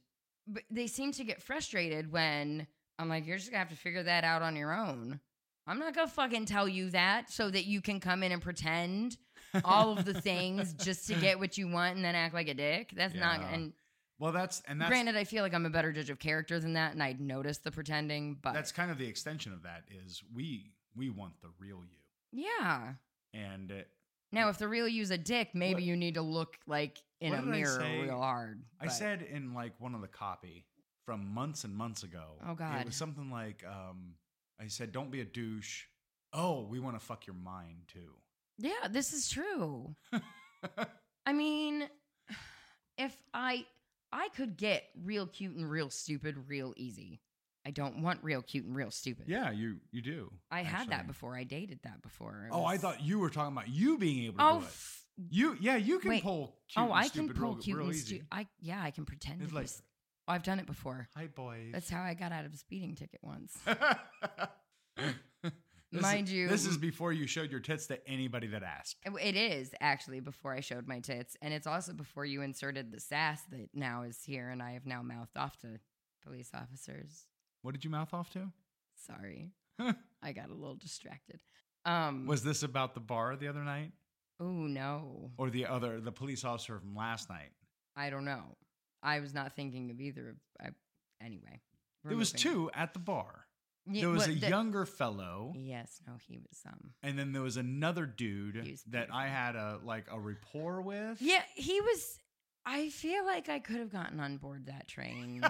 but they seem to get frustrated when I'm like, you're just gonna have to figure that out on your own. I'm not gonna fucking tell you that so that you can come in and pretend all of the things just to get what you want and then act like a dick. That's not. Yeah. And, Well, that's and that's granted, I feel like I'm a better judge of character than that, and I'd notice the pretending. But that's kind of the extension of that is we we want the real you yeah. and it, Now, if the real you's a dick, maybe What- you need to look like in What a did I mirror say? real hard. i but- said in like one of the copy from months and months ago Oh, God. it was something like um i said don't be a douche oh we want to fuck your mind too yeah, this is true. I mean, if I I could get real cute and real stupid real easy. I don't want real cute and real stupid. yeah you you do I had that actually. before. I dated that before. It oh i was- thought you were talking about you being able to Oh, do it f- you yeah you can Wait. pull cute oh, and I can stupid pull real, cute real and easy stupid. I yeah, I can pretend. It's to be like- s- oh, I've done it before. hi boys That's how I got out of a speeding ticket once. This is- Mind you- this is before you showed your tits to anybody that asked It is actually before I showed my tits, and it's also before you inserted the sass that now is here, and I have now mouthed off to police officers. What did you mouth off to? Sorry, I got a little distracted. Um, Was this about the bar the other night oh no, or the other the police officer from last night? I don't know. I was not thinking of either. Of, I, anyway, we're There was moving on. two at the bar. Ye- There was what a the- younger fellow Yes, no, he was um. and then there was another dude He was that beautiful. I had a like a rapport with. Yeah, he was. I feel like I could have gotten on board that train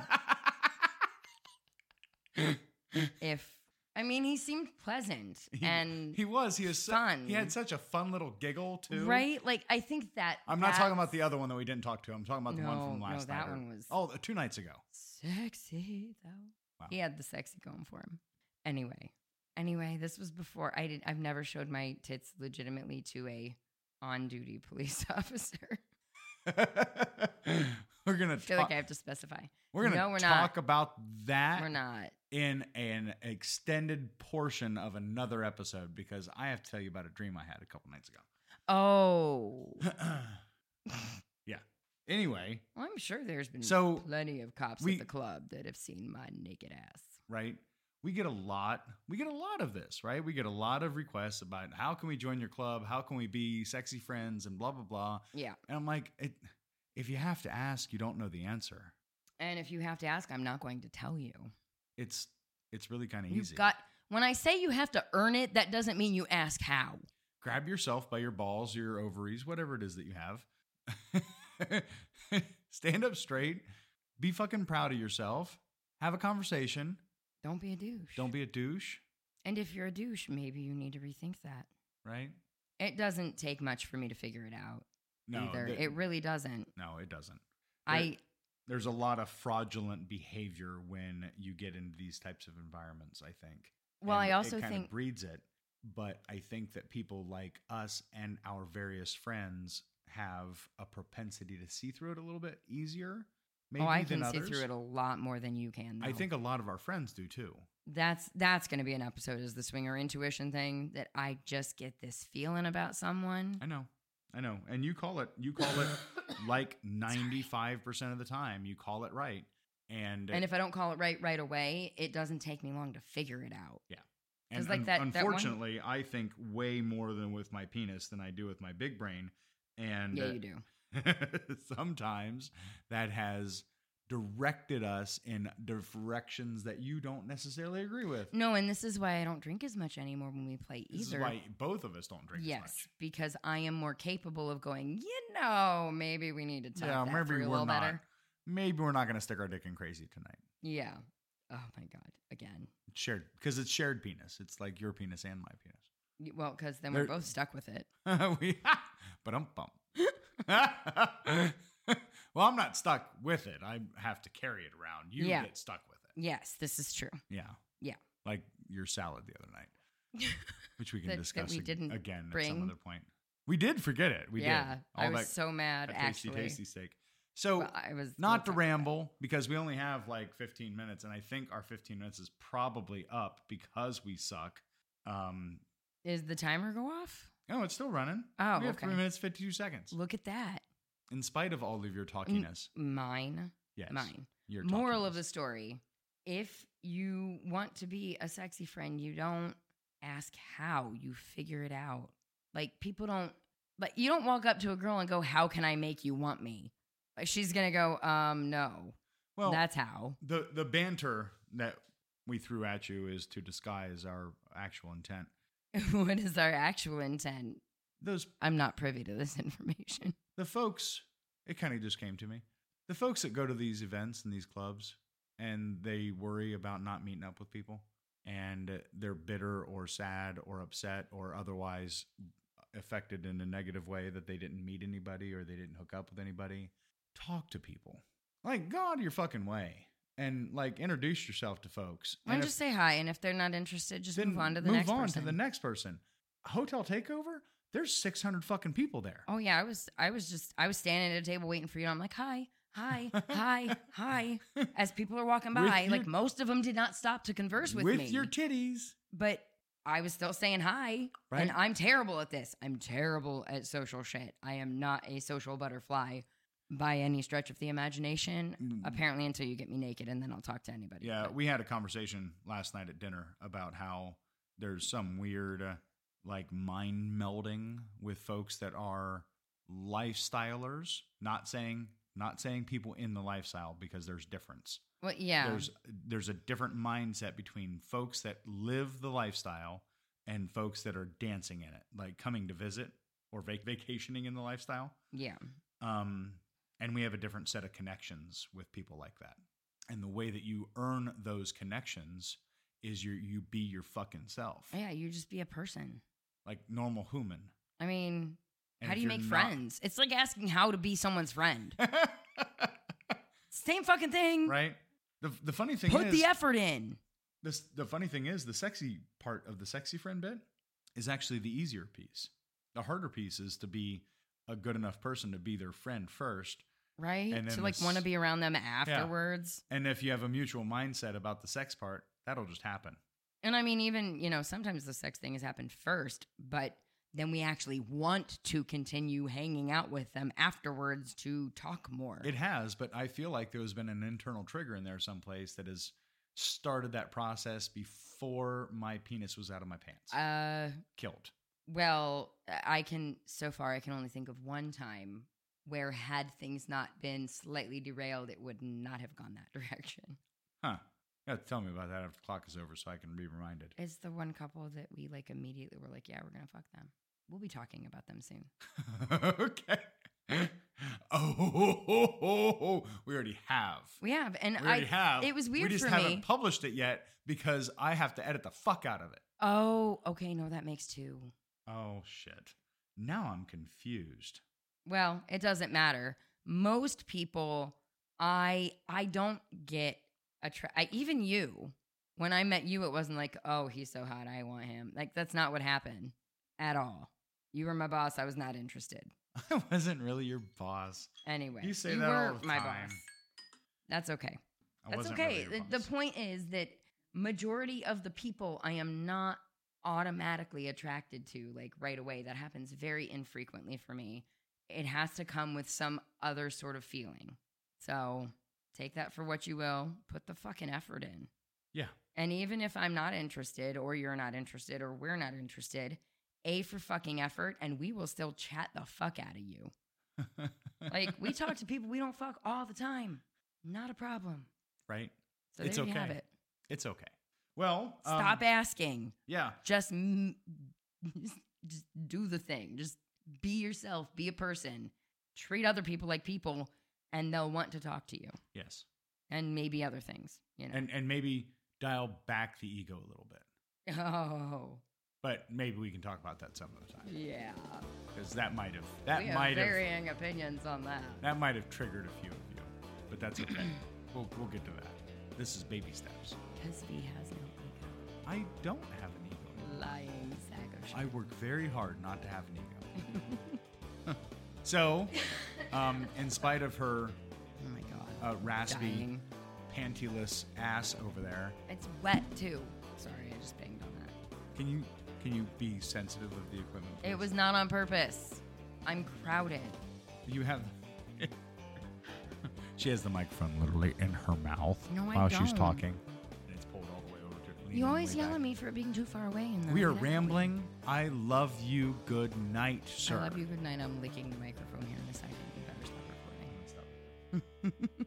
if. I mean, he seemed pleasant He- and he was. He was so, Fun. He had such a fun little giggle too. right. Like I think that I'm not talking that's about the other one that we didn't talk to. I'm talking about the one from No, last no, night. that or- one was- oh, two nights ago. sexy though. Wow. He had the sexy going for him. Anyway, anyway, this was before I did. I've never showed my tits legitimately to a on-duty police officer. we're gonna I feel talk, like I have to specify. we're gonna No, we're not. talk about that. We're not. in an extended portion of another episode because I have to tell you about a dream I had a couple nights ago. Oh, yeah. Anyway, Well, I'm sure there's been So, plenty of cops we- at the club that have seen my naked ass. right? We get a lot. We get a lot of this, right? We get a lot of requests about how can we join your club? How can we be sexy friends and blah blah blah. Yeah. And I'm like, it, if you have to ask, you don't know the answer. And if you have to ask, I'm not going to tell you. It's it's really kind of You've easy. got When I say you have to earn it, that doesn't mean you ask how. Grab yourself by your balls, your ovaries, whatever it is that you have. Stand up straight. Be fucking proud of yourself. Have a conversation. Don't be a douche. Don't be a douche, And if you're a douche, maybe you need to rethink that. right? It doesn't take much for me to figure it out No, either. th- it really doesn't. no, it doesn't. I There's a lot of fraudulent behavior when you get into these types of environments, I think. well, and I also it kind think of breeds it. But I think that people like us and our various friends have a propensity to see through it a little bit easier. Maybe oh, I than can see others. through it a lot more than you can. I though. think a lot of our friends do too. that's that's going to be an episode is the swinger intuition thing that I just get this feeling about someone. I know, I know, and you call it. You call it like ninety-five percent of the time. You call it right, and And if I don't call it right right away, it doesn't take me long to figure it out. And 'Cause, like, un- that- that one- unfortunately, I think way more than with my penis than I do with my big brain. And yeah, uh, you do. sometimes that has directed us in directions that you don't necessarily agree with. No, and this is why I don't drink as much anymore when we play either. This is why both of us don't drink yes, as much. because I am more capable of going. You know, maybe we need to talk Yeah, that maybe through a we're little not. better. Maybe we're not going to stick our dick in crazy tonight. Yeah. Oh my god. Again. It's shared because it's shared penis. It's like your penis and my penis. Y- Well, because then we're There- both stuck with it. we, but I'm bump. well, I'm not stuck with it. I have to carry it around. You Yeah. get stuck with it. Yes, this is true. Yeah. Yeah. Like your salad the other night, which we can That- that discuss we ag- didn't again at some bring. other point. We did forget it. We yeah, did. I was that, so mad. that tasty, actually, tasty steak. So, Well, I was not to we'll talk- ramble because we only have like 15 minutes, and I think our 15 minutes is probably up because we suck. Um, Is the timer go off? no, it's still running. Oh, we have okay. three minutes, 52 seconds. Look at that. In spite of all of your talkiness. Mine. yes. Mine. Your Moral of talkiness. the story: If you want to be a sexy friend, you don't ask how. You figure it out. Like people don't. But you don't walk up to a girl and go, "How can I make you want me?" Like, She's gonna go, "Um, no, Well, that's how." the the banter that we threw at you is to disguise our actual intent. what is our actual intent? Those I'm not privy to this information. the folks, it kind of just came to me. The folks that go to these events and these clubs and they worry about not meeting up with people and they're bitter or sad or upset or otherwise affected in a negative way that they didn't meet anybody or they didn't hook up with anybody. Talk to people. Like go out of your fucking way and like introduce yourself to folks. Why And don't if- just say hi? And if they're not interested, just move on to the next on person. to the next person. Hotel takeover. There's 600 fucking people there. Oh yeah, I was I was just I was standing at a table waiting for you. and I'm like, hi, hi, hi, hi. As people are walking With by, your- like most of them did not stop to converse with, me. your titties. but I was still saying hi. Right. And I'm terrible at this. I'm terrible at social shit. I am not a social butterfly by any stretch of the imagination. Mm. Apparently, until you get me naked, and then I'll talk to anybody. Yeah, But we had a conversation last night at dinner about how there's some weird uh, like mind melding with folks that are lifestylers. Not saying not saying people in the lifestyle because there's difference. well, yeah. There's there's a different mindset between folks that live the lifestyle and folks that are dancing in it, like coming to visit or vac- vacationing in the lifestyle. yeah. Um, and we have a different set of connections with people like that. And the way that you earn those connections is you you be your fucking self, Yeah. You just be a person. like normal human. I mean, And how if do you you're make not- friends? It's like asking how to be someone's friend. Same fucking thing. right? The the funny thing Put is the effort in. This the funny thing is the sexy part of the sexy friend bit is actually the easier piece. The harder piece is to be a good enough person to be their friend first. Right? And then to like this- want to be around them afterwards. And if you have a mutual mindset about the sex part, that'll just happen. And I mean, even, you know, sometimes the sex thing has happened first, but then we actually want to continue hanging out with them afterwards to talk more. It has, but I feel like there's been an internal trigger in there someplace that has started that process before my penis was out of my pants. uh, Killed. well, I can, so far, I can only think of one time where had things not been slightly derailed, it would not have gone that direction. Huh. You have to tell me about that after the clock is over so I can be reminded. Is the one couple that we like immediately were like, yeah, we're gonna fuck them. We'll be talking about them soon. okay. Oh, ho, ho, ho, ho. we already have. We have, and we already I have. it was We weird just for haven't me. published it yet because I have to edit the fuck out of it. oh okay, no, that makes two. Oh shit. Now I'm confused. Well, it doesn't matter. Most people, I I don't get attra- I Even you, when I met you, it wasn't like, oh, he's so hot, I want him. Like that's not what happened at all. You were my boss. I was not interested. I wasn't really your boss. Anyway, You say that all were the my time. boss. That's okay. I That's wasn't okay. really your The- the, boss. point is that majority of the people I am not automatically attracted to like right away. That happens very infrequently for me. It has to come with some other sort of feeling. So take that for what you will. Put the fucking effort in. Yeah. And even if I'm not interested or you're not interested or we're not interested, A for fucking effort and we will still chat the fuck out of you. Like we talk to people we don't fuck all the time. Not a problem. right? So It's there you have okay. it. It's okay. Well, um, Stop asking. Yeah. Just, m- just do the thing. Just be yourself. Be a person. Treat other people like people, and they'll want to talk to you, Yes. and maybe other things. You know. And and maybe dial back the ego a little bit. oh But maybe we can talk about that some other time yeah. because that might have that we have might have varying opinions on that. that might have triggered a few of you. But that's okay. we'll we'll get to that. This is baby steps. Because he has no I don't have an ego. ego. Lying sack of shit. I work very hard not to have an ego. so, um, in spite of her oh my god. uh, raspy, Dying. pantyless ass over there, It's wet too. Sorry, I just banged on that. can you can you be sensitive of the equipment? It please? was not on purpose. I'm crowded. You have. she has the microphone literally in her mouth No, I while she's don't. talking, and it's pulled all the way over to. her- leaning You always way yell back. at me for being too far away. And Oh We I'm are not- rambling. I love you. Good night, sir. I love you. Good night. I'm licking the microphone here in a second. You better stop recording. Stop.